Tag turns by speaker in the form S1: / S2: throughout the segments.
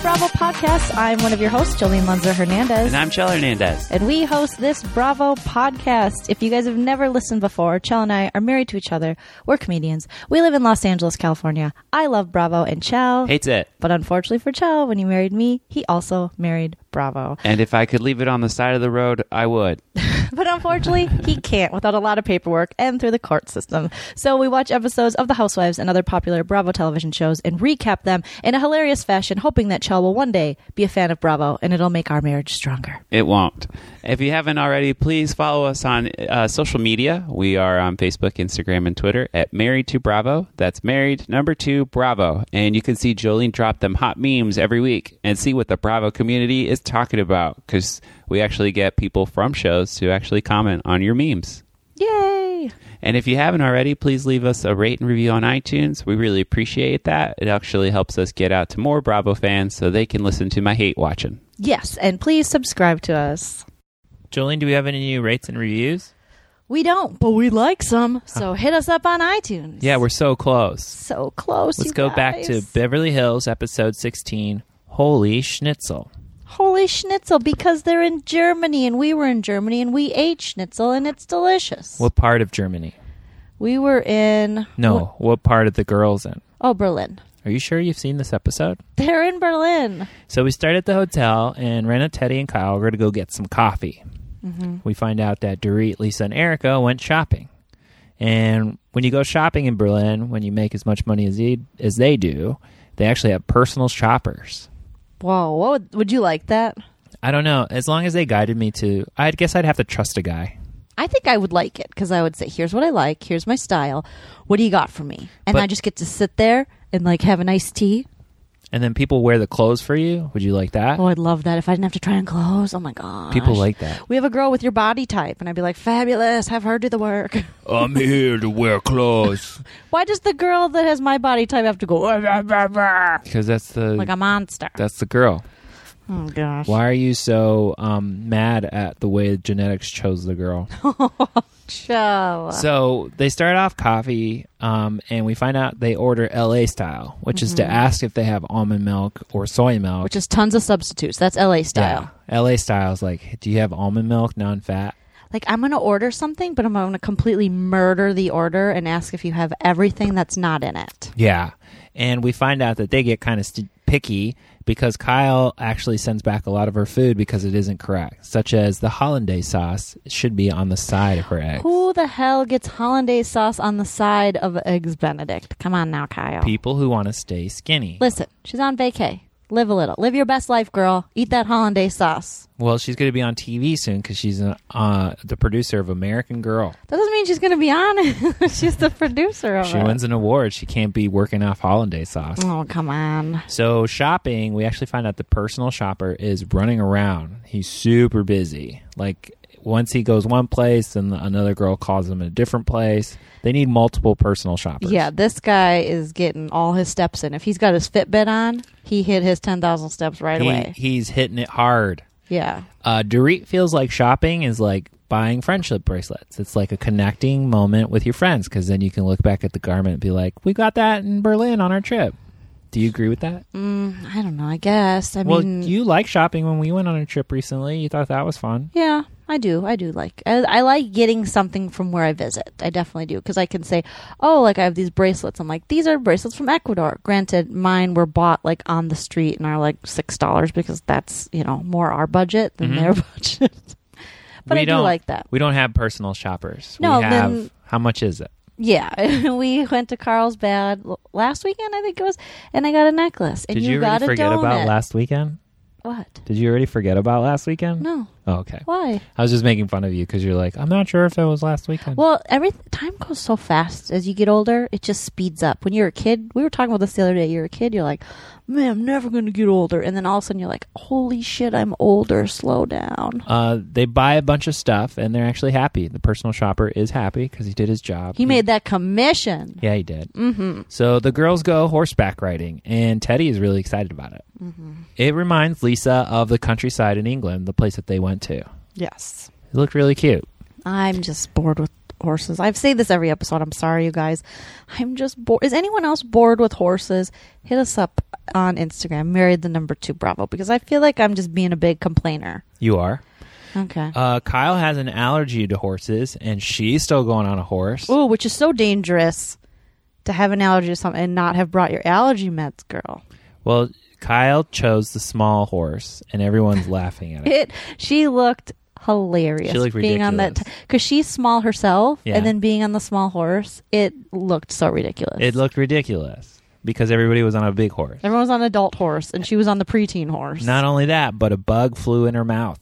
S1: podcast. I'm one of your hosts, Jolene Lunza Hernandez.
S2: And I'm Chell Hernandez.
S1: and we host this Bravo podcast. If you guys have never listened before, Chell and I are married to each other. We're comedians. We live in Los Angeles, California. I love Bravo and Chell.
S2: Hates it.
S1: But unfortunately for Chell, when he married me, he also married Bravo.
S2: And if I could leave it on the side of the road, I would.
S1: But unfortunately, he can't without a lot of paperwork and through the court system. So we watch episodes of The Housewives and other popular Bravo television shows and recap them in a hilarious fashion, hoping that Chell will one day be a fan of Bravo and it'll make our marriage stronger.
S2: It won't. If you haven't already, please follow us on uh, social media. We are on Facebook, Instagram, and Twitter at Married to Bravo. That's Married Number Two Bravo. And you can see Jolene drop them hot memes every week and see what the Bravo community is talking about because we actually get people from shows to actually comment on your memes.
S1: Yay!
S2: And if you haven't already, please leave us a rate and review on iTunes. We really appreciate that. It actually helps us get out to more Bravo fans so they can listen to my hate watching.
S1: Yes, and please subscribe to us.
S3: Jolene, do we have any new rates and reviews?
S1: We don't, but we like some. So hit us up on iTunes.
S3: Yeah, we're so close.
S1: so close.
S3: Let's
S1: you
S3: go back to
S1: guys.
S3: Beverly Hills, episode 16. Holy schnitzel.
S1: Holy Schnitzel because they're in Germany and we were in Germany and we ate Schnitzel and it's delicious.
S3: What part of Germany?
S1: We were in
S3: No, what part of the girls in?
S1: oh Berlin.
S3: Are you sure you've seen this episode?
S1: They're in Berlin.
S3: So we start at the hotel, and Rena, Teddy, and Kyle are going to go get some coffee. We find out that Dorit, Lisa, and Erica went shopping. And when you go shopping in Berlin, when you make as much money as they, as they do, they actually have personal shoppers.
S1: Whoa, what would, would you like that?
S3: I don't know. As long as they guided me to, I guess I'd have to trust a guy.
S1: I think I would like it because I would say, "Here's what I like. Here's my style. What do you got for me?" And
S3: But-
S1: I just get to sit there and like have an iced tea.
S3: And then people wear the clothes for you. Would you like that?
S1: Oh, I'd love that if I didn't have to try on clothes. Oh my god,
S3: People like that.
S1: We have a girl with your body type, and I'd be like, fabulous. Have her do the work.
S3: I'm here to wear clothes
S1: Why does the girl that has my body type have to go "Ah, rah, rah, rah,"
S3: because that's the
S1: like a monster?
S3: that's the girl.
S1: Oh gosh,
S3: Why are you so um, mad at the way genetics chose the girl?
S1: show.
S3: so they start off coffee, um, and we find out they order LA style, which is to ask if they have almond milk or soy milk.
S1: Mm-hmm. Which is tons of substitutes. That's LA style.
S3: Yeah. LA style is like, do you have almond milk, non-fat?
S1: Like I'm gonna order something, but I'm gonna completely murder the order and ask if you have everything that's not in it.
S3: Yeah. And we find out that they get kind of st- picky because Kyle actually sends back a lot of her food because it isn't correct, such as the hollandaise sauce should be on the side of her eggs.
S1: Who the hell gets hollandaise sauce on the side of eggs Benedict? Come on now, Kyle.
S3: People who want to stay skinny.
S1: Listen, she's on vacay. Live a little. Live your best life, girl. Eat that hollandaise sauce.
S3: Well, she's going to be on TV soon because she's an, uh, the producer of American Girl.
S1: That doesn't mean she's gonna be on it. she's the producer of
S3: She
S1: it.
S3: wins an award. She can't be working off hollandaise sauce.
S1: Oh come on.
S3: So shopping, we actually find out the personal shopper is running around. He's super busy. Like once he goes one place, then another girl calls him a different place. They need multiple personal shoppers.
S1: Yeah, this guy is getting all his steps in. If he's got his Fitbit on, he hit his ten thousand steps right
S3: he,
S1: away.
S3: he's hitting it hard.
S1: Yeah.
S3: Uh, Dorit feels like shopping is like buying friendship bracelets. It's like a connecting moment with your friends because then you can look back at the garment and be like, "We got that in Berlin on our trip." Do you agree with that?
S1: I don't know. I guess. I
S3: well,
S1: mean,
S3: you like shopping. When we went on a trip recently, you thought that was fun.
S1: Yeah, I do. I do like. I, I like getting something from where I visit. I definitely do because I can say, "Oh, like I have these bracelets." I'm like, "These are bracelets from Ecuador." Granted, mine were bought like on the street and are like six dollars because that's you know more our budget than their budget. but
S3: Mm-hmm. We
S1: I do
S3: don't-
S1: like that.
S3: We don't have personal shoppers.
S1: No,
S3: we have
S1: then-
S3: how much is it?
S1: Yeah, we went to Carlsbad l- last weekend, I think it was, and I got a necklace. And
S3: Did you,
S1: got
S3: already
S1: a
S3: forget
S1: donut.
S3: about last weekend?
S1: What?
S3: Did you already forget about last weekend?
S1: No.
S3: Oh, okay.
S1: Why?
S3: I was just making fun of you because you're like, I'm not sure if it was last weekend.
S1: Well, every time goes so fast as you get older. It just speeds up. When you're a kid, we were talking about this the other day. You're a kid, you're like, "Man, I'm never going to get older," and then all of a sudden you're like, "Holy shit, I'm older. Slow down."
S3: uh, they buy a bunch of stuff and they're actually happy. The personal shopper is happy because he did his job.
S1: He made that commission. Mm-hmm.
S3: Yeah, he did. So the girls go horseback riding, and Teddy is really excited about it.
S1: Mm-hmm.
S3: It reminds Lisa of the countryside in England, the place that they went to. It
S1: Yes,
S3: looked really cute.
S1: I'm just bored with horses. I say this every episode. I'm sorry, you guys. I'm just bored. Is anyone else bored with horses? Hit us up on Instagram, married the number two Bravo, because I feel like I'm just being a big complainer.
S3: You are.
S1: Okay.
S3: Uh, Kyle has an allergy to horses, and she's still going on a horse.
S1: Ooh, which is so dangerous to have an allergy to something and not have brought your allergy meds, girl.
S3: Well, Kyle chose the small horse, and everyone's laughing at it.
S1: It. She looked hilarious.
S3: She looked
S1: being on that
S3: ridiculous.
S1: because she's small herself,
S3: Yeah.
S1: and then being on the small horse, it looked so ridiculous.
S3: It looked ridiculous because everybody was on a big horse.
S1: Everyone was on adult horse, and she was on the preteen horse.
S3: Not only that, but a bug flew in her mouth.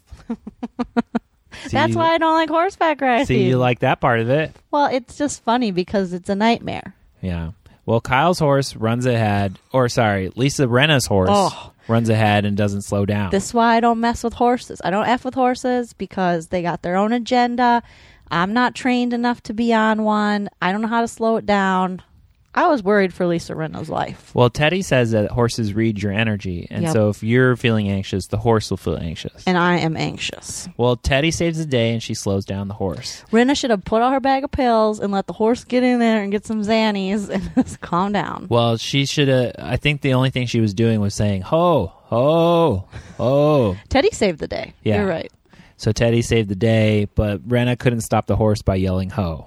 S3: See,
S1: That's
S3: you-
S1: why I don't like horseback riding.
S3: See, you like that part of it?
S1: well, it's just funny because it's a nightmare.
S3: Yeah. Well, Kyle's horse runs ahead, or sorry, Lisa Renna's horse
S1: Oh.
S3: runs ahead and doesn't slow down.
S1: This is why I don't mess with horses. I don't f with horses because they got their own agenda. I'm not trained enough to be on one. I don't know how to slow it down. I was worried for Lisa Rinna's life.
S3: well, Teddy says that horses read your energy, and
S1: Yep.
S3: so if you're feeling anxious, the horse will feel anxious.
S1: And I am anxious.
S3: well, Teddy saves the day, and she slows down the horse.
S1: Rinna should have put out her bag of pills and let the horse get in there and get some Xannies and just calm down.
S3: Well, she should have. I think the only thing she was doing was saying "ho, ho, ho."
S1: Teddy saved the day.
S3: Yeah.
S1: You're right.
S3: so Teddy saved the day, but Renna couldn't stop the horse by yelling "ho."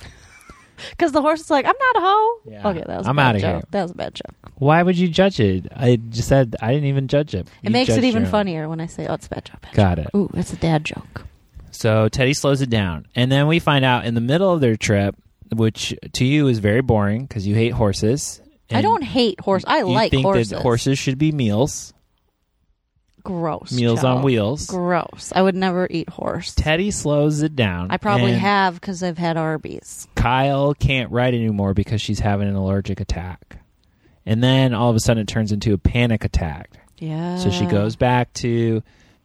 S1: Because the horse is like, I'm not a hoe.
S3: Yeah.
S1: Okay, that was a
S3: I'm
S1: bad
S3: outta
S1: joke.
S3: here.
S1: That was a bad joke.
S3: Why would you judge it? I just said I didn't even judge it.
S1: It
S3: You
S1: makes it
S3: judged
S1: even
S3: your own.
S1: funnier when I say, "Oh, it's a bad joke." Bad
S3: Got it.
S1: joke. Ooh, it's a dad joke.
S3: So Teddy slows it down. And then we find out in the middle of their trip, which to you is very boring because you hate horses.
S1: I don't hate horse. I
S3: you
S1: like
S3: think
S1: horses.
S3: that horses should be meals.
S1: Gross.
S3: Meals
S1: child.
S3: on wheels.
S1: Gross. I would never eat horse.
S3: Teddy slows it down.
S1: I probably
S3: and
S1: have because I've had Arby's.
S3: Kyle can't ride anymore because she's having an allergic attack. And then all of a sudden it turns into a panic attack.
S1: Yeah.
S3: So she goes back to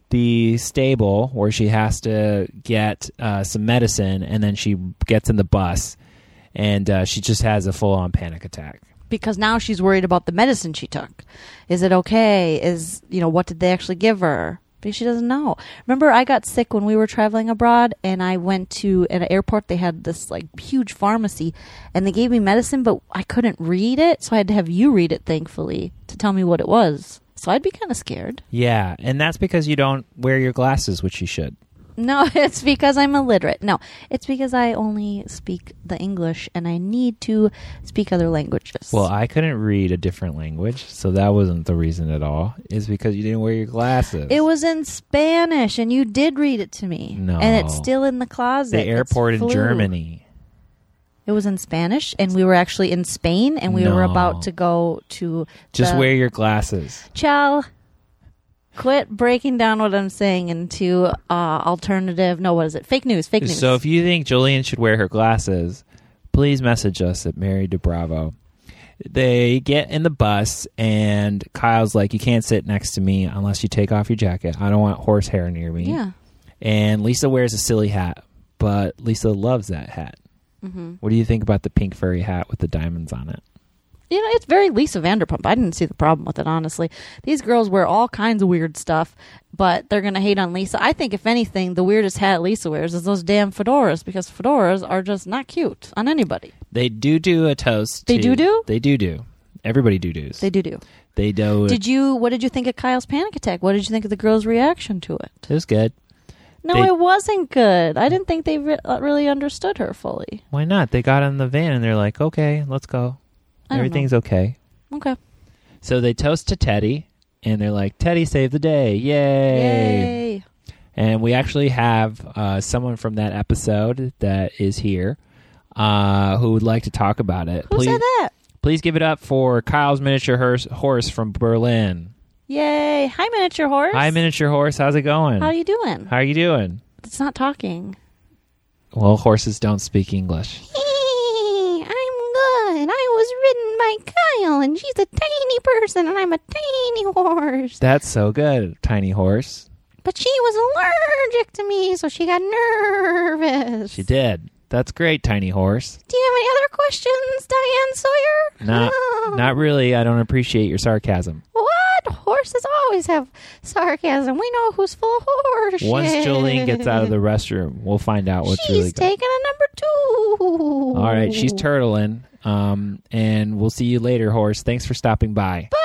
S3: the stable where she has to get uh, some medicine, and then she gets in the bus, and uh, she just has a full on panic attack.
S1: because now she's worried about the medicine she took. Is it okay? Is you know what did they actually give her? Because she doesn't know. Remember, I got sick when we were traveling abroad, and I went to an airport. They had this like huge pharmacy, and they gave me medicine, but I couldn't read it, so I had to have you read it. Thankfully, to tell me what it was. So I'd be kind of scared.
S3: Yeah, and that's because you don't wear your glasses, which you should.
S1: No, it's because I'm illiterate. No, it's because I only speak the English, and I need to speak other languages.
S3: Well, I couldn't read a different language, so that wasn't the reason at all. Is because you didn't wear your glasses.
S1: It was in Spanish, and you did read it to me.
S3: No.
S1: and it's still in the closet.
S3: the
S1: It's
S3: airport in
S1: flu.
S3: Germany.
S1: It was in Spanish, and we were actually in Spain, and we were
S3: No.
S1: about to go to
S3: Just
S1: the-
S3: wear your glasses.
S1: Chal. Quit breaking down what I'm saying into uh, alternative. No, what is it? Fake news. Fake news.
S3: So if you think Julian should wear her glasses, please message us at Mary DeBravo. They get in the bus, and Kyle's like, You can't sit next to me unless you take off your jacket. I don't want horse hair near me.
S1: yeah,
S3: And Lisa wears a silly hat, but Lisa loves that hat.
S1: Mm-hmm.
S3: What do you think about the pink furry hat with the diamonds on it?
S1: you know it's very Lisa Vanderpump. I didn't see the problem with it honestly. These girls wear all kinds of weird stuff, but they're gonna hate on Lisa. I think if anything, the weirdest hat Lisa wears is those damn fedoras because fedoras are just not cute on anybody.
S3: They do do a toast.
S1: They
S3: to-
S1: do do?
S3: They do do. Everybody do do's.
S1: They do do.
S3: They do.
S1: Did you? What did you think of Kyle's panic attack? What did you think of the girl's reaction to it?
S3: it was good.
S1: No,
S3: They-
S1: it wasn't good. I didn't think they re- uh, really understood her fully.
S3: Why not? They got in the van and they're like, Okay, let's go.
S1: I don't know.
S3: Everything's okay.
S1: Okay.
S3: So they toast to Teddy, and they're like, "Teddy saved the day! Yay!"
S1: Yay.
S3: And we actually have uh, someone from that episode that is here uh, who would like to talk about it.
S1: Who
S3: please,
S1: said that?
S3: please give it up for Kyle's miniature horse, horse from Berlin.
S1: Yay! Hi, miniature horse.
S3: Hi, miniature horse. How's it going?
S1: How you doing?
S3: How are you doing?
S1: It's not talking.
S3: Well, horses don't speak English.
S1: Hey, I'm good. I was ridden by Kyle, and she's a tiny person, and I'm a tiny horse.
S3: That's so good, tiny horse.
S1: But she was allergic to me, so she got nervous.
S3: She did. That's great, tiny horse.
S1: Do you have any other questions, Diane Sawyer?
S3: Not,
S1: Oh.
S3: not really. I don't appreciate your sarcasm.
S1: What? Horses always have sarcasm. We know who's full of horse.
S3: Once
S1: shit.
S3: Jolene gets out of the restroom, we'll find out what's
S1: she's
S3: really going.
S1: taking a number two. Ooh.
S3: All right, she's turtling. Um, and we'll see you later, horse. Thanks for stopping by.
S1: Bye.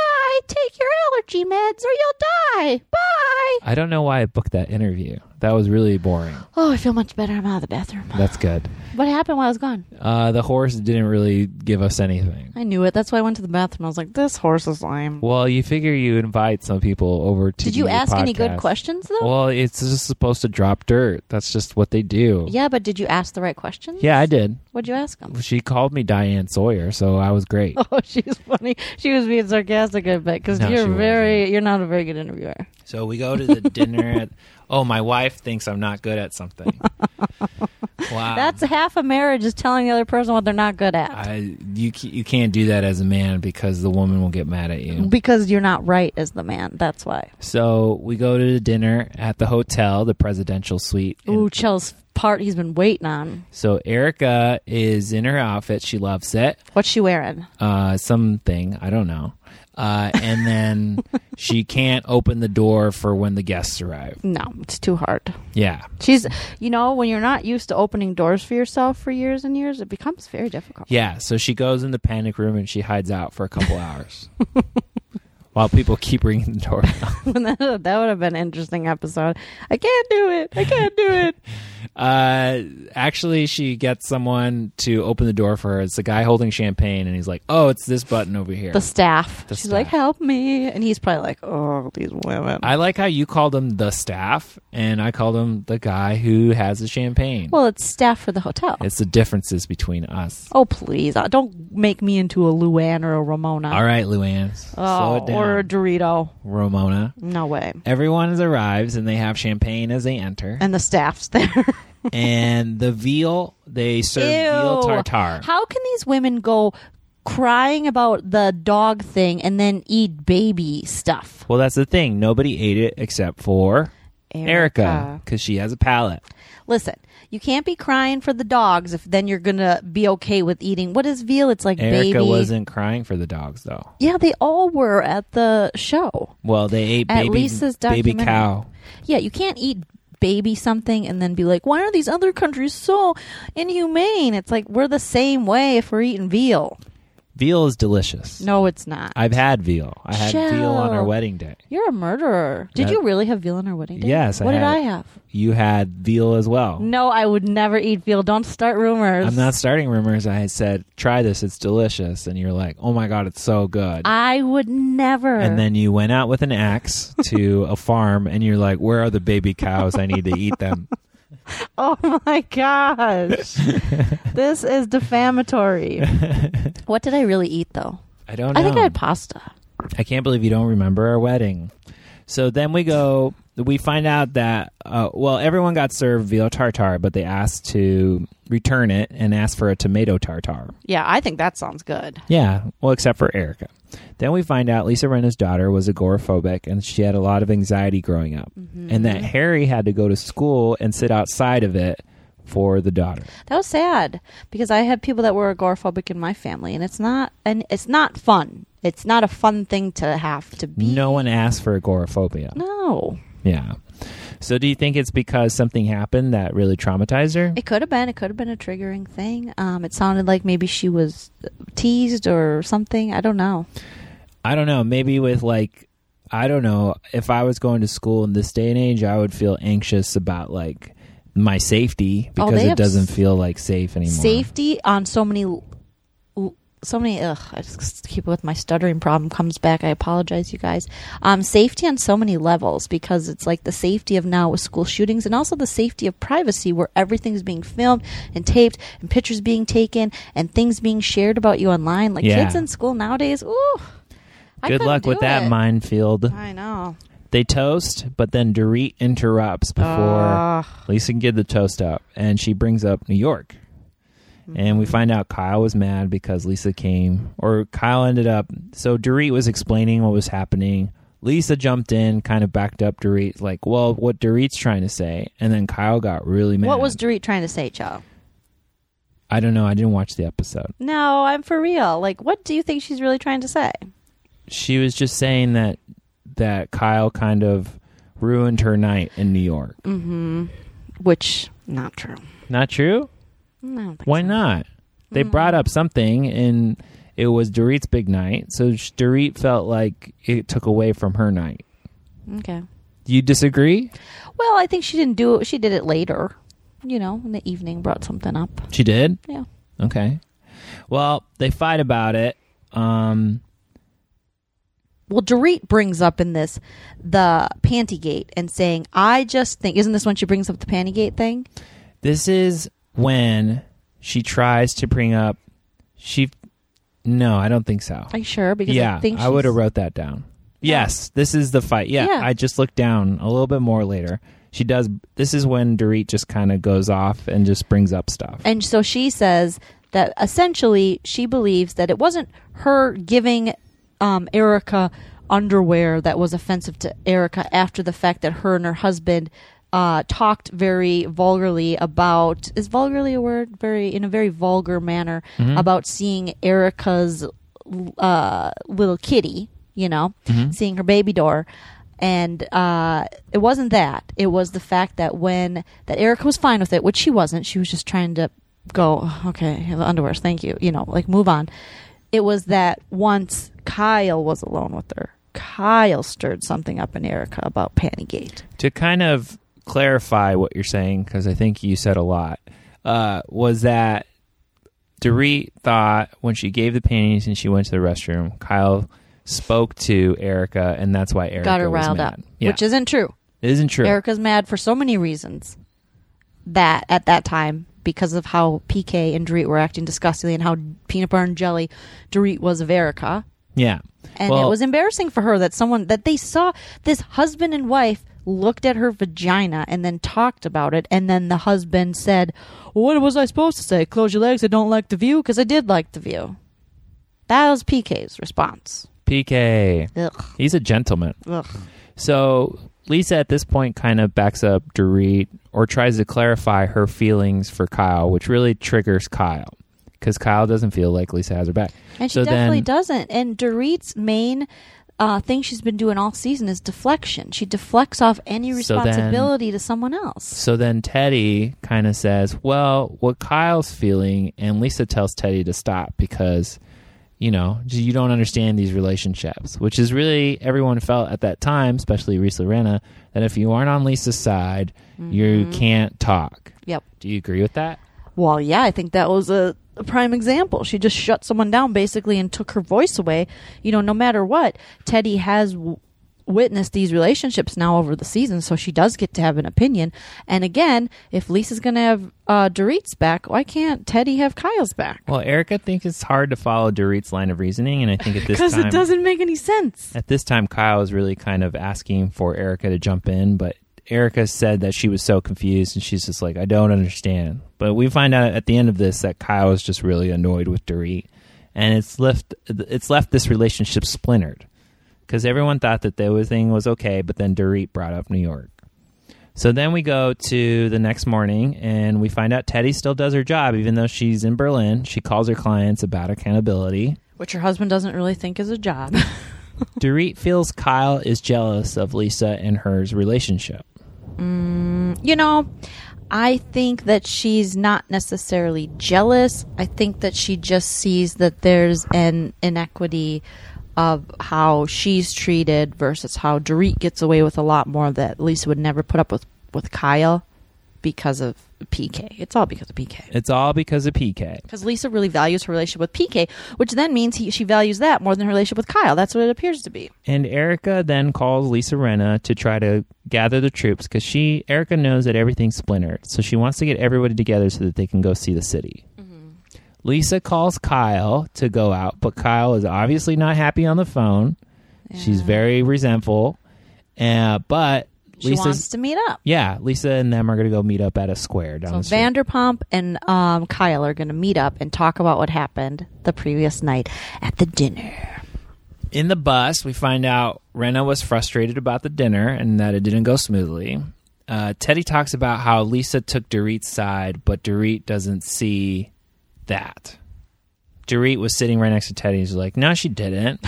S1: Take your allergy meds or you'll die. Bye.
S3: I don't know why I booked that interview. That was really boring.
S1: Oh, I feel much better. I'm out of the bathroom.
S3: That's good.
S1: What happened while I was gone?
S3: Uh, the horse didn't really give us anything.
S1: I knew it. That's why I went to the bathroom. I was like, this horse is lame.
S3: Well, you figure you invite some people over to.
S1: Did
S3: do
S1: you
S3: your
S1: ask any good
S3: podcast. Oh.
S1: questions, though?
S3: Well, it's just supposed to drop dirt. That's just what they do.
S1: yeah, but did you ask the right questions?
S3: Yeah, I did.
S1: What'd you ask them?
S3: She called me Diane Sawyer, so I was great.
S1: Oh, she's funny. She was being sarcastic, I bet, because
S3: No, she
S1: you're
S3: wasn't. Uh,
S1: very, you're not a very good interviewer.
S3: So we go to the dinner. At, oh, my wife thinks I'm not good at something. Wow,
S1: That's half a marriage is telling the other person what they're not good at
S3: I, you. ca- You can't do that as a man because the woman will get mad at you.
S1: because you're not right as the man. That's why.
S3: So we go to the dinner at the hotel, the presidential suite. in
S1: Ooh, Chell's part he's been waiting on.
S3: So Erica is in her outfit. She loves it.
S1: What's she wearing?
S3: Uh, something I don't know. Uh, and then she can't open the door for when the guests arrive.
S1: No, it's too hard.
S3: Yeah.
S1: She's, you know, when you're not used to opening doors for yourself for years and years, it becomes very difficult.
S3: Yeah. So she goes in the panic room and she hides out for a couple hours while people keep ringing the door.
S1: that would have been an interesting episode. I can't do it. I can't do it.
S3: Uh, actually, she gets someone to open the door for her. It's a guy holding champagne and he's like, oh, it's this button over here.
S1: The staff.
S3: The
S1: She's like,
S3: staff.
S1: help me. And he's probably like, oh, these women.
S3: I like how you called him the staff and I called him the guy who has the champagne.
S1: well, it's staff for the hotel.
S3: It's the differences between us.
S1: oh, please. Uh, Don't make me into a Luann or a Ramona.
S3: All right, Luann. s- slow
S1: uh, Oh,
S3: it down.
S1: or a Dorito.
S3: Ramona.
S1: No way.
S3: Everyone is- arrives and they have champagne as they enter.
S1: And the staff's there.
S3: and the veal, they serve veal
S1: Ew.
S3: tartare.
S1: How can these women go crying about the dog thing and then eat baby stuff?
S3: Well, that's the thing. Nobody ate it except for Erica because she has a palate.
S1: Listen, you can't be crying for the dogs if then you're gonna be okay with eating. What is veal? It's like
S3: Erica
S1: baby.
S3: wasn't crying for the dogs though.
S1: yeah, they all were at the show.
S3: Well, they ate
S1: At
S3: baby
S1: Lisa's
S3: baby
S1: documentary.
S3: cow.
S1: Yeah, you can't eat baby something and then be like, why are these other countries so inhumane? It's like we're the same way if we're eating veal.
S3: Veal is delicious.
S1: No, it's not.
S3: I've had veal. I had veal on our
S1: Shell.
S3: wedding day.
S1: You're a murderer. Did
S3: That-
S1: you really have veal on our wedding day?
S3: Yes, I
S1: What did
S3: had
S1: I
S3: it.
S1: have?
S3: You had veal as well.
S1: No, I would never eat veal. Don't start rumors.
S3: I'm not starting rumors. I had said, try this. It's delicious. And you're like, oh my God, it's so good.
S1: I would never.
S3: and then you went out with an axe to a farm and you're like, where are the baby cows? I need to eat them.
S1: Oh my gosh. this is defamatory. what did I really eat though?
S3: I don't know.
S1: I think I had pasta.
S3: I can't believe you don't remember our wedding. So then we go. We find out that uh, well, everyone got served veal tartare, but they asked to return it and ask for a tomato tartare.
S1: Yeah, I think that sounds good.
S3: Yeah, well, except for Erica. Then we find out Lisa Renna's daughter was agoraphobic and she had a lot of anxiety growing up, and that Harry had to go to school and sit outside of it for the daughter.
S1: That was sad because I had people that were agoraphobic in my family and it's not and it's not fun. It's not a fun thing to have to be.
S3: No one asked for agoraphobia.
S1: No.
S3: Yeah. So do you think it's because something happened that really traumatized her?
S1: It could have been. It could have been a triggering thing. Um, it sounded like maybe she was teased or something. I don't know.
S3: I don't know. Maybe with like, I don't know. If I was going to school in this day and age, I would feel anxious about like my safety
S1: Oh,
S3: because
S1: they
S3: it
S1: have
S3: doesn't
S1: s-
S3: feel like safe anymore.
S1: safety on so many l- so many ugh i just keep with my stuttering problem comes back i apologize you guys um safety on so many levels because it's like the safety of now with school shootings and also the safety of privacy where everything's being filmed and taped and pictures being taken and things being shared about you online like
S3: Yeah.
S1: kids in school nowadays ooh I
S3: Good
S1: couldn't
S3: luck
S1: do
S3: with that
S1: it.
S3: minefield.
S1: i know
S3: They toast, but then Dorit interrupts before
S1: Ugh.
S3: Lisa can get the toast up, and she brings up New York. And we
S1: Mm-hmm.
S3: find out Kyle was mad because Lisa came, or Kyle ended up. So Dorit was explaining what was happening. Lisa jumped in, kind of backed up Dorit, like, well, what Dorit's trying to say. And then Kyle got really mad.
S1: what was Dorit trying to say chow
S3: I don't know. I didn't watch the episode.
S1: no i'm for real like what do you think she's really trying to say
S3: She was just saying that that Kyle kind of
S1: Mm-hmm.
S3: ruined her night in New York.
S1: which not true
S3: Not true?
S1: Mm, I don't think
S3: Why
S1: so.
S3: not? They
S1: Mm.
S3: brought up something, and it was Dorit's big night, so sh- Dorit felt like it took away from her night.
S1: Okay.
S3: You disagree?
S1: Well, I think she didn't do it. She did it later. You know, in the evening, brought something up.
S3: She did.
S1: Yeah.
S3: Okay. Well, they fight about it. Um,
S1: Well, Dorit brings up in this the panty gate and saying, "I just think." Isn't this when she brings up the panty gate thing?
S3: this is when she tries to bring up. She, no, I don't think so.
S1: Are you sure? Because
S3: yeah,
S1: I think she's,
S3: would have wrote that down. Yes, this is the fight. Yeah,
S1: Yeah.
S3: I just looked down a little bit more later. She does. This is when Dorit just kind of goes off and just brings up stuff.
S1: And so she says that essentially she believes that it wasn't her giving um, Erica underwear that was offensive to Erica after the fact that her and her husband uh, talked very vulgarly about is vulgarly a word very in a very vulgar manner about seeing Erica's uh, little kitty, you know,
S3: Mm-hmm.
S1: seeing her baby door. And uh, it wasn't that. It was the fact that when that Erica was fine with it, which she wasn't. She was just trying to go, "Oh, okay, the underwears, thank you, you know, like move on. It was that once Kyle was alone with her, Kyle stirred something up in Erica about Pantygate.
S3: to kind of clarify what you're saying, because I think you said a lot, uh, was that Dorit thought when she gave the panties and she went to the restroom, Kyle spoke to Erica, and that's why Erica
S1: Got her
S3: was
S1: riled
S3: mad.
S1: up,
S3: Yeah.
S1: which isn't true.
S3: It isn't true.
S1: Erica's mad for so many reasons that at that time, because of how PK and Dorit were acting disgustingly and how peanut butter and jelly Dorit was of Erica.
S3: yeah,
S1: And
S3: Well-
S1: it was embarrassing for her that someone that they saw this husband and wife looked at her vagina and then talked about it and then the husband said, "What was I supposed to say? Close your legs. I don't like the view because I did like the view." That was PK's response.
S3: PK.
S1: Ugh.
S3: He's a gentleman.
S1: Ugh.
S3: So Lisa at this point kind of backs up Dorit or tries to clarify her feelings for Kyle, which really triggers Kyle because Kyle doesn't feel like Lisa has her back.
S1: And she
S3: So
S1: definitely
S3: then-
S1: doesn't. And Dorit's main uh, thing she's been doing all season is deflection. She deflects off any
S3: So then-
S1: responsibility to someone else.
S3: So then Teddy kind of says, "Well, what Kyle's feeling," and Lisa tells Teddy to stop because, you know, j- you don't understand these relationships, which is really everyone felt at that time, especially Risa Renna, that if you aren't on Lisa's side, you can't talk.
S1: Yep.
S3: Do you agree with that?
S1: Well, yeah, I think that was a, a prime example. She just shut someone down basically and took her voice away. You know, no matter what, Teddy has w- witnessed these relationships now over the season, so she does get to have an opinion. And again, if Lisa's going to have uh, Dorit's back, why can't Teddy have Kyle's back?
S3: Well, Erica thinks it's hard to follow Dorit's line of reasoning, and I think at this
S1: Because
S3: time,
S1: it doesn't make any sense.
S3: at this time, Kyle is really kind of asking for Erica to jump in, but Erica said that she was so confused, and she's just like, "I don't understand." But we find out at the end of this that Kyle is just really annoyed with Dorit, and it's left it's left this relationship splintered because everyone thought that the everything was okay, but then Dorit brought up New York. So then we go to the next morning and we find out Teddy still does her job, even though she's in Berlin. She calls her clients about accountability.
S1: Which her husband doesn't really think is a job.
S3: Dorit feels Kyle is jealous of Lisa and hers relationship.
S1: you know, I think that she's not necessarily jealous. I think that she just sees that there's an inequity of how she's treated versus how Dorit gets away with a lot more that Lisa would never put up with with Kyle because of PK. It's all because of PK.
S3: It's all because of PK.
S1: Because Lisa really values her relationship with PK, which then means he, she values that more than her relationship with Kyle. That's what it appears to be.
S3: And Erica then calls Lisa Renna to try to gather the troops because she Erica knows that everything's splintered, so she wants to get everybody together so that they can go see the city.
S1: Mm-hmm.
S3: Lisa calls Kyle to go out, but Kyle is obviously not happy on the phone. She's
S1: Yeah.
S3: very resentful. Uh, but
S1: She
S3: Lisa's
S1: wants to meet up.
S3: yeah, Lisa and them are going to go meet up at a square down
S1: So
S3: the street.
S1: Vanderpump and um, Kyle are going to meet up and talk about what happened the previous night at the dinner.
S3: in the bus, we find out Rena was frustrated about the dinner and that it didn't go smoothly. Uh, Teddy talks about how Lisa took Dorit's side, but Dorit doesn't see that. Dorit was sitting right next to Teddy. He's like, no, she didn't.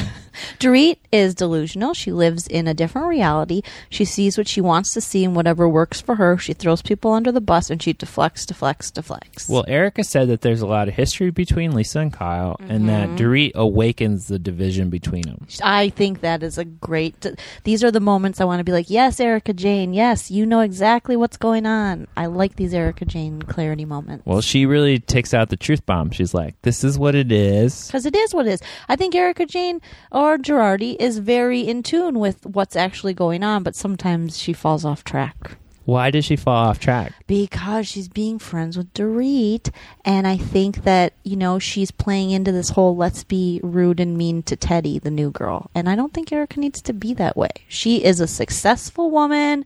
S1: Dorit is delusional. She lives in a different reality. She sees what she wants to see and whatever works for her. She throws people under the bus and she deflects, deflects, deflects.
S3: Well, Erica said that there's a lot of history between Lisa and Kyle, and that Dorit awakens the division between them.
S1: I think that is a great. These are the moments I want to be like, yes, Erica Jane, yes, you know exactly what's going on. I like these Erica Jane clarity moments.
S3: Well, she really takes out the truth bomb. She's like, this is what it is.
S1: because it is what it is. I think Erica Jane or Girardi is very in tune with what's actually going on, but sometimes she falls off track
S3: Why did she fall off track?
S1: because she's being friends with Dorit, and I think that you know she's playing into this whole "let's be rude and mean to Teddy, the new girl," and I don't think Erica needs to be that way. She is a successful woman.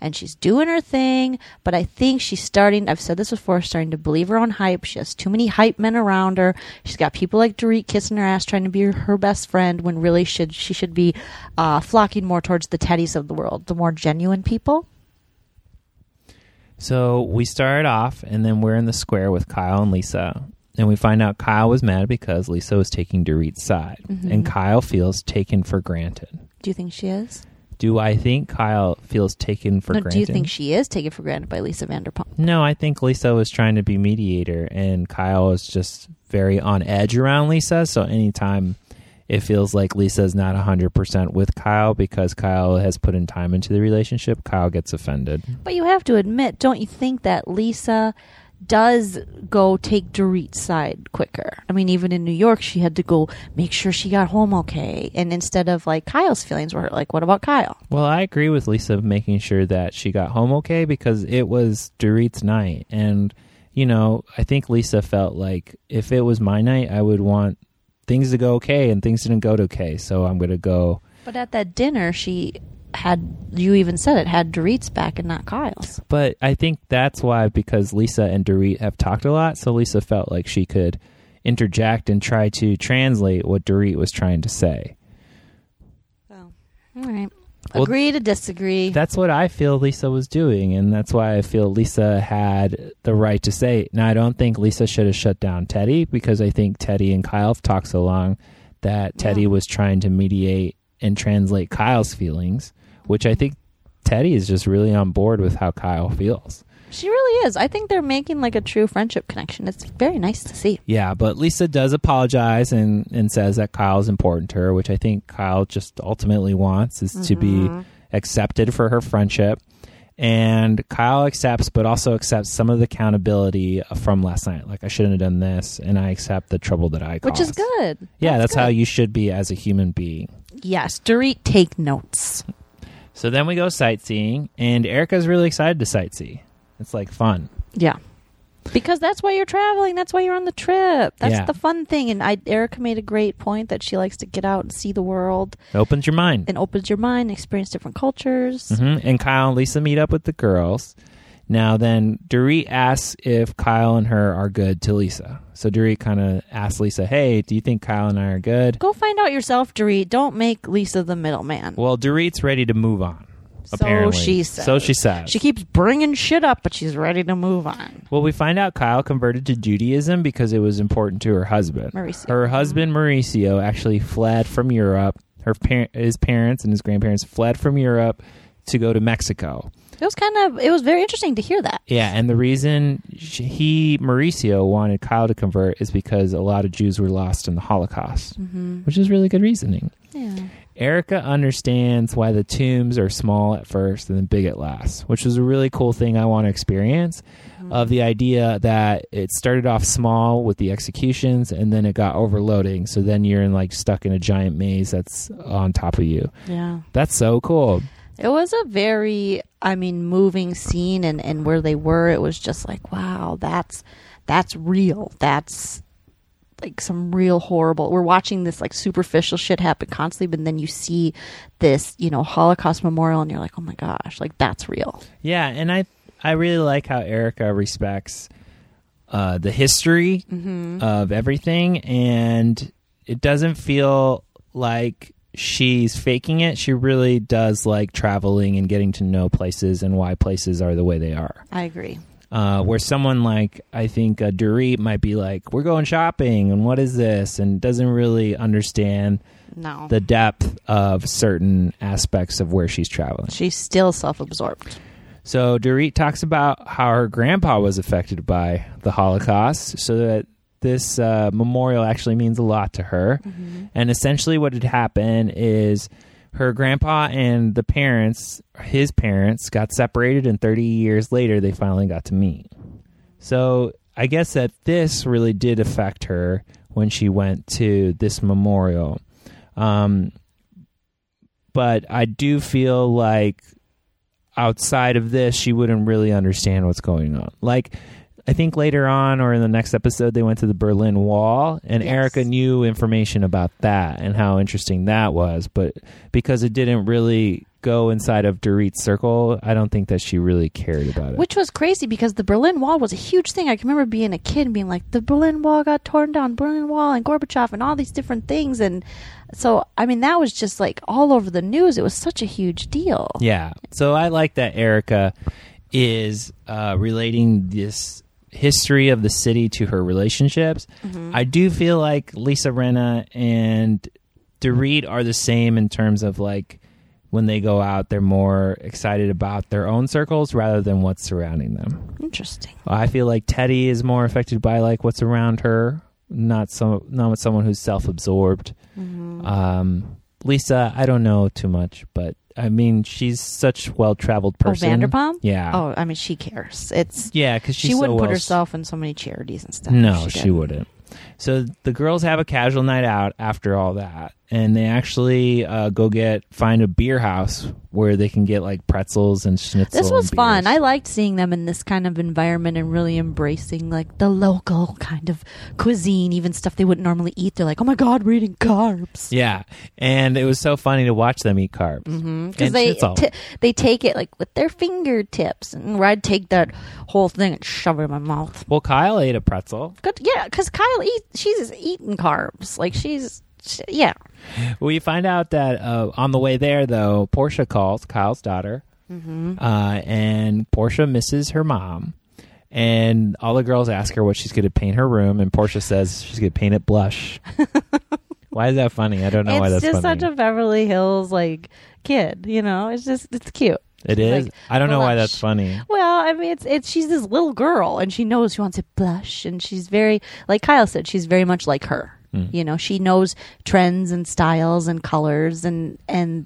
S1: And she's doing her thing, but I think she's starting. I've said this before, starting to believe her own hype. She has too many hype men around her. She's got people like Dorit kissing her ass, trying to be her best friend, when really should she should be uh, flocking more towards the teddies of the world, the more genuine people.
S3: So we start off, and then we're in the square with Kyle and Lisa. And we find out Kyle was mad because Lisa was taking Dorit's side.
S1: Mm-hmm.
S3: And Kyle feels taken for granted.
S1: Do you think she is?
S3: Do I think Kyle feels taken for
S1: No,
S3: granted?
S1: do you think she is taken for granted by Lisa Vanderpump?
S3: No, I think Lisa was trying to be mediator, and Kyle is just very on edge around Lisa. So anytime it feels like Lisa's not 100% with Kyle because Kyle has put in time into the relationship, Kyle gets offended.
S1: But you have to admit, don't you think that Lisa does go take Dorit's side quicker? I mean, even in New York, she had to go make sure she got home okay. And instead of like Kyle's feelings were hurt, like, what about Kyle?
S3: Well, I agree with Lisa of making sure that she got home okay because it was Dorit's night. And, you know, I think Lisa felt like if it was my night, I would want things to go okay, and things didn't go to okay. So I'm going to go.
S1: But at that dinner, she had, you even said it, had Dorit's back and not Kyle's.
S3: But I think that's why because Lisa and Dorit have talked a lot, so Lisa felt like she could interject and try to translate what Dorit was trying to say.
S1: Well, all right.
S3: Well,
S1: Agree to disagree.
S3: That's what I feel Lisa was doing, and that's why I feel Lisa had the right to say. it. Now I don't think Lisa should have shut down Teddy because I think Teddy and Kyle have talked so long that Teddy was trying to mediate and translate Kyle's feelings, which I think Teddy is just really on board with how Kyle feels.
S1: she really is. I think they're making like a true friendship connection. It's very nice to see.
S3: Yeah, but Lisa does apologize and, and says that Kyle's important to her, which I think Kyle just ultimately wants is to
S1: Mm-hmm.
S3: be accepted for her friendship. And Kyle accepts, but also accepts some of the accountability from last night. Like, I shouldn't have done this, and I accept the trouble that I caused.
S1: Which is good.
S3: Yeah, that's, how
S1: good.
S3: you should be as a human being.
S1: Yes, Dorit, take notes.
S3: So then we go sightseeing, and Erica's really excited to sightsee. It's like fun.
S1: Yeah. Because that's why you're traveling. That's why you're on the trip. That's
S3: Yeah.
S1: the fun thing. And I, Erica made a great point that she likes to get out and see the world
S3: It opens your mind.
S1: and opens your mind, experience different cultures.
S3: hmm And Kyle and Lisa meet up with the girls. Now, then Dorit asks if Kyle and her are good to Lisa. So Dorit kind of asks Lisa, Hey, do you think Kyle and I are good?
S1: Go find out yourself, Dorit. Don't make Lisa the middleman.
S3: Well, Dorit's ready to move on,
S1: So
S3: apparently.
S1: she says.
S3: So she says.
S1: She keeps bringing shit up, but she's ready to move on.
S3: well, we find out Kyle converted to Judaism because it was important to her husband.
S1: Mauricio.
S3: Her husband, Mauricio, actually fled from Europe. Her par- His parents and his grandparents fled from Europe to go to Mexico.
S1: It was kind of, it was very interesting to hear that.
S3: Yeah, and the reason sh- he Mauricio wanted Kyle to convert is because a lot of Jews were lost in the Holocaust,
S1: Mm-hmm.
S3: which is really good reasoning.
S1: Yeah.
S3: Erica understands why the tombs are small at first and then big at last, which was a really cool thing I want to experience. Of the idea that it started off small with the executions and then it got overloading, so then you're in like stuck in a giant maze that's on top of you.
S1: Yeah.
S3: That's so cool.
S1: It was a very, I mean, moving scene, and and where they were, it was just like, wow, that's that's real. That's like some real horrible. We're watching this like superficial shit happen constantly, but then you see this, you know, Holocaust memorial, and you're like, oh my gosh, like that's real.
S3: Yeah, and I I really like how Erica respects uh, the history of everything, and it doesn't feel like she's faking it. She really does like traveling and getting to know places and why places are the way they are.
S1: I agree.
S3: uh, where someone like I think uh, Dorit might be like, "We're going shopping, and what is this?" and doesn't really understand
S1: No.
S3: the depth of certain aspects of where she's traveling.
S1: She's still self absorbed.
S3: So Dorit talks about how her grandpa was affected by the Holocaust, so that this uh, memorial actually means a lot to her.
S1: Mm-hmm.
S3: And essentially, what had happened is her grandpa and the parents, his parents, got separated, and 30 years later, they finally got to meet. So I guess that this really did affect her when she went to this memorial. Um, but I do feel like outside of this, she wouldn't really understand what's going on. Like, I think later on or in the next episode, they went to the Berlin Wall, and
S1: Yes.
S3: Erica knew information about that and how interesting that was. But because it didn't really go inside of Dorit's circle, I don't think that she really cared about it.
S1: Which was crazy because the Berlin Wall was a huge thing. I can remember being a kid and being like, the Berlin Wall got torn down, Berlin Wall and Gorbachev and all these different things. And so, I mean, that was just like all over the news. It was such a huge deal.
S3: Yeah. So I like that Erica is uh, relating this history of the city to her relationships. I do feel like Lisa Renna and Dorit are the same in terms of like when they go out, they're more excited about their own circles rather than what's surrounding them.
S1: Interesting.
S3: I feel like Teddy is more affected by like what's around her, not some not someone who's self absorbed.
S1: Mm-hmm.
S3: Um, Lisa, I don't know too much, but I mean she's such well traveled person.
S1: Oh, Vanderpump?
S3: Yeah.
S1: Oh, I mean, she cares. It's
S3: Yeah, because
S1: She wouldn't put herself in so many charities and stuff.
S3: No,
S1: if
S3: she,
S1: did.
S3: wouldn't. So the girls have a casual night out after all that, and they actually uh, go get find a beer house where they can get like pretzels and schnitzel.
S1: This was
S3: and
S1: fun.
S3: beers.
S1: I liked seeing them in this kind of environment and really embracing like the local kind of cuisine, even stuff they wouldn't normally eat. They're like, "Oh my god, we're eating carbs."
S3: Yeah, and it was so funny to watch them eat carbs
S1: Because
S3: because
S1: Mm-hmm. they t- they take it like with their fingertips, and I'd take that whole thing and shove it in my mouth.
S3: well, Kyle ate a pretzel.
S1: Good, yeah. Because Kyle, eat, she's eating carbs. Like she's, she, yeah.
S3: We find out that uh, on the way there, though, Portia calls Kyle's daughter,
S1: Mm-hmm.
S3: uh, and Portia misses her mom. And all the girls ask her what she's going to paint her room, and Portia says she's going to paint it blush. why is that funny? I don't know why
S1: it's
S3: that's
S1: just
S3: funny.
S1: such a Beverly Hills like kid. You know, it's just it's cute.
S3: it is.
S1: like,
S3: I don't know why that's
S1: blush.
S3: funny.
S1: Well, I mean, it's it's she's this little girl, and she knows she wants to blush, and she's very like Kyle said, she's very much like her.
S3: Mm.
S1: You know, she knows trends and styles and colors and and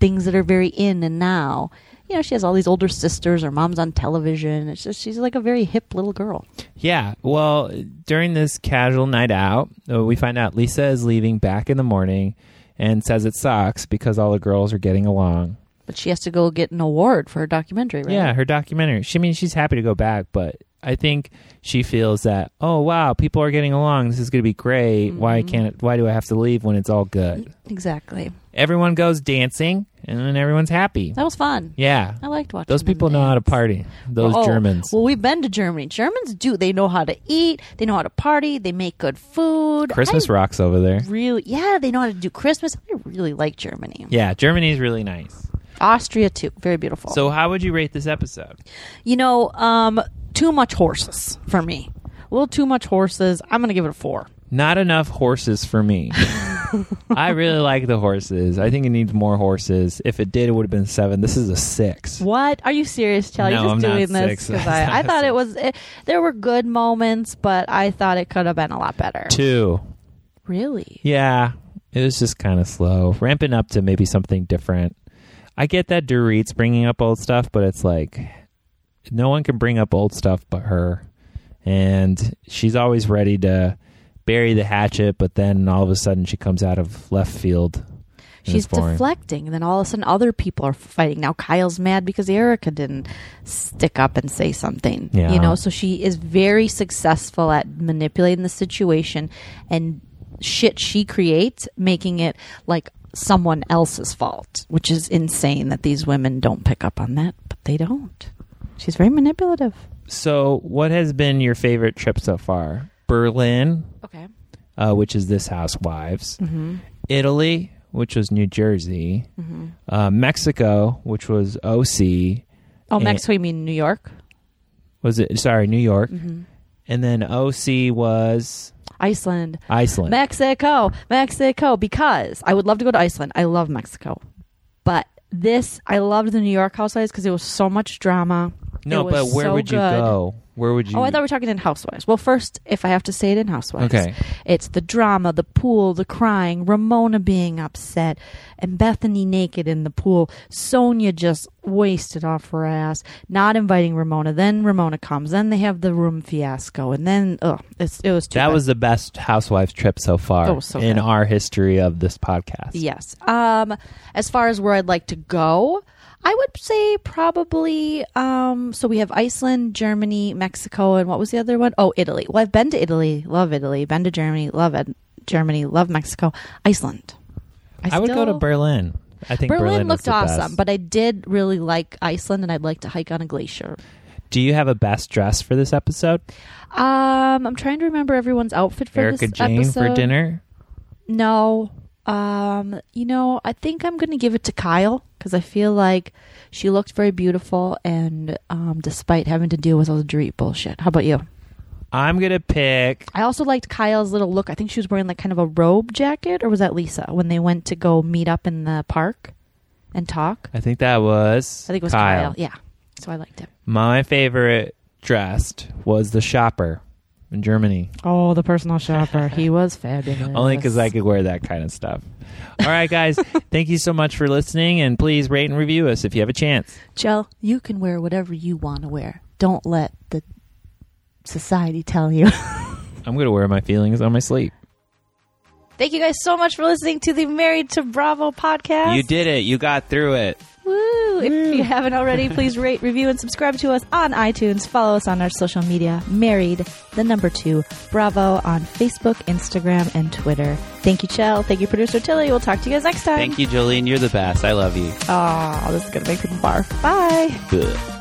S1: things that are very in and now. You know, she has all these older sisters. Her mom's on television. It's just she's like a very hip little girl.
S3: Yeah. Well, during this casual night out, uh, we find out Lisa is leaving back in the morning and says it sucks because all the girls are getting along.
S1: But she has to go get an award for her documentary, right?
S3: Yeah, her documentary. She I mean she's happy to go back, but I think she feels that, oh wow, people are getting along. This is gonna be great. Why
S1: Mm-hmm.
S3: can't why do I have to leave when it's all good?
S1: exactly.
S3: Everyone goes dancing and then everyone's happy.
S1: That was fun.
S3: Yeah.
S1: I liked watching
S3: Those
S1: them
S3: people know how to
S1: dance.
S3: party. Those
S1: Oh,
S3: Germans.
S1: Well, we've been to Germany. Germans do. They know how to eat. They know how to party. They make good food.
S3: Christmas
S1: I
S3: rocks over there.
S1: really, yeah, they know how to do Christmas. I really like Germany.
S3: Yeah, Germany's really nice.
S1: Austria too. Very beautiful.
S3: So how would you rate this episode?
S1: you know, um, too much horses for me. A little too much horses. I'm gonna give it a four.
S3: Not enough horses for me. I really like the horses. I think it needs more horses. If it did, it would have been seven. This is a six.
S1: What? Are you serious, Chell?
S3: No,
S1: You're just
S3: I'm not
S1: doing this
S3: six.
S1: because I, I thought it was. It, there were good moments, but I thought it could have been a lot better.
S3: Two.
S1: Really?
S3: Yeah, it was just kind of slow, ramping up to maybe something different. I get that Dorit's bringing up old stuff, but it's like no one can bring up old stuff but her, and she's always ready to bury the hatchet, but then all of a sudden she comes out of left field. and
S1: She's
S3: it's boring.
S1: deflecting, and then all of a sudden, other people are fighting. Now Kyle's mad because Erica didn't stick up and say something.
S3: Yeah.
S1: You know, so she is very successful at manipulating the situation and shit she creates, making it like someone else's fault, which is insane that these women don't pick up on that, but they don't. She's very manipulative.
S3: So, what has been your favorite trip so far? Berlin,
S1: Okay.
S3: uh, which is this housewives
S1: Mm-hmm.
S3: italy which was new jersey uh, mexico which was oc
S1: Oh,
S3: And-
S1: Mexico, you mean New York?
S3: was it? Sorry, New York.
S1: Mhm.
S3: And then OC was
S1: Iceland,
S3: Iceland.
S1: Mexico, Mexico. Because I would love to go to Iceland. I love Mexico, but this I loved the New York housewives because it was so much drama.
S3: no,
S1: It was
S3: but where
S1: so
S3: would you
S1: good.
S3: go? Where would you?
S1: Oh, I thought we were talking in Housewives. Well, first, if I have to say it in Housewives,
S3: Okay.
S1: it's the drama, the pool, the crying, Ramona being upset, and Bethany naked in the pool. Sonia just wasted off her ass, not inviting Ramona. Then Ramona comes. Then they have the room fiasco, and then ugh, it's it was too
S3: that
S1: bad.
S3: was the best housewives trip so far
S1: That was so
S3: in
S1: good.
S3: our history of this podcast.
S1: yes. Um, as far as where I'd like to go. I would say probably. Um, so we have Iceland, Germany, Mexico, and what was the other one? Oh, Italy. Well, I've been to Italy, love Italy. Been to Germany, love it. Germany, love Mexico, Iceland.
S3: I would go to
S1: still-
S3: Berlin. I think
S1: Berlin,
S3: Berlin, was
S1: looked
S3: the
S1: awesome,
S3: best.
S1: but I did really like Iceland, and I'd like to hike on a glacier.
S3: do you have a best dress for this episode?
S1: Um, I'm trying to remember everyone's outfit for
S3: Erica
S1: this
S3: Jane
S1: episode.
S3: for dinner.
S1: No. Um, you know, I think I'm going to give it to Kyle because I feel like she looked very beautiful and um, despite having to deal with all the Dorit bullshit. How about you?
S3: I'm gonna pick.
S1: I also liked Kyle's little look. I think she was wearing like kind of a robe jacket, or was that Lisa when they went to go meet up in the park and talk?
S3: I think that was.
S1: I think it was Kyle. Yeah. So I liked it.
S3: My favorite dressed was the shopper in Germany.
S1: Oh, the personal shopper. he was fabulous.
S3: Only because I could wear that kind of stuff. All right, guys. thank you so much for listening, and please rate and review us if you have a chance.
S1: Jill, you can wear whatever you want to wear. Don't let the society tell you.
S3: I'm gonna wear my feelings on my sleeve.
S1: Thank you guys so much for listening to the Married to Bravo podcast.
S2: You did it. You got through it.
S1: Woo! If you haven't already, please rate, review, and subscribe to us on iTunes. Follow us on our social media, Married, the number two, Bravo on Facebook, Instagram, and Twitter. Thank you, Chell. Thank you, producer Tilly. We'll talk to you guys next time.
S2: Thank you, Jolene. You're the best. I love you.
S1: Oh, this is going to make people barf. Bye.
S2: Ugh.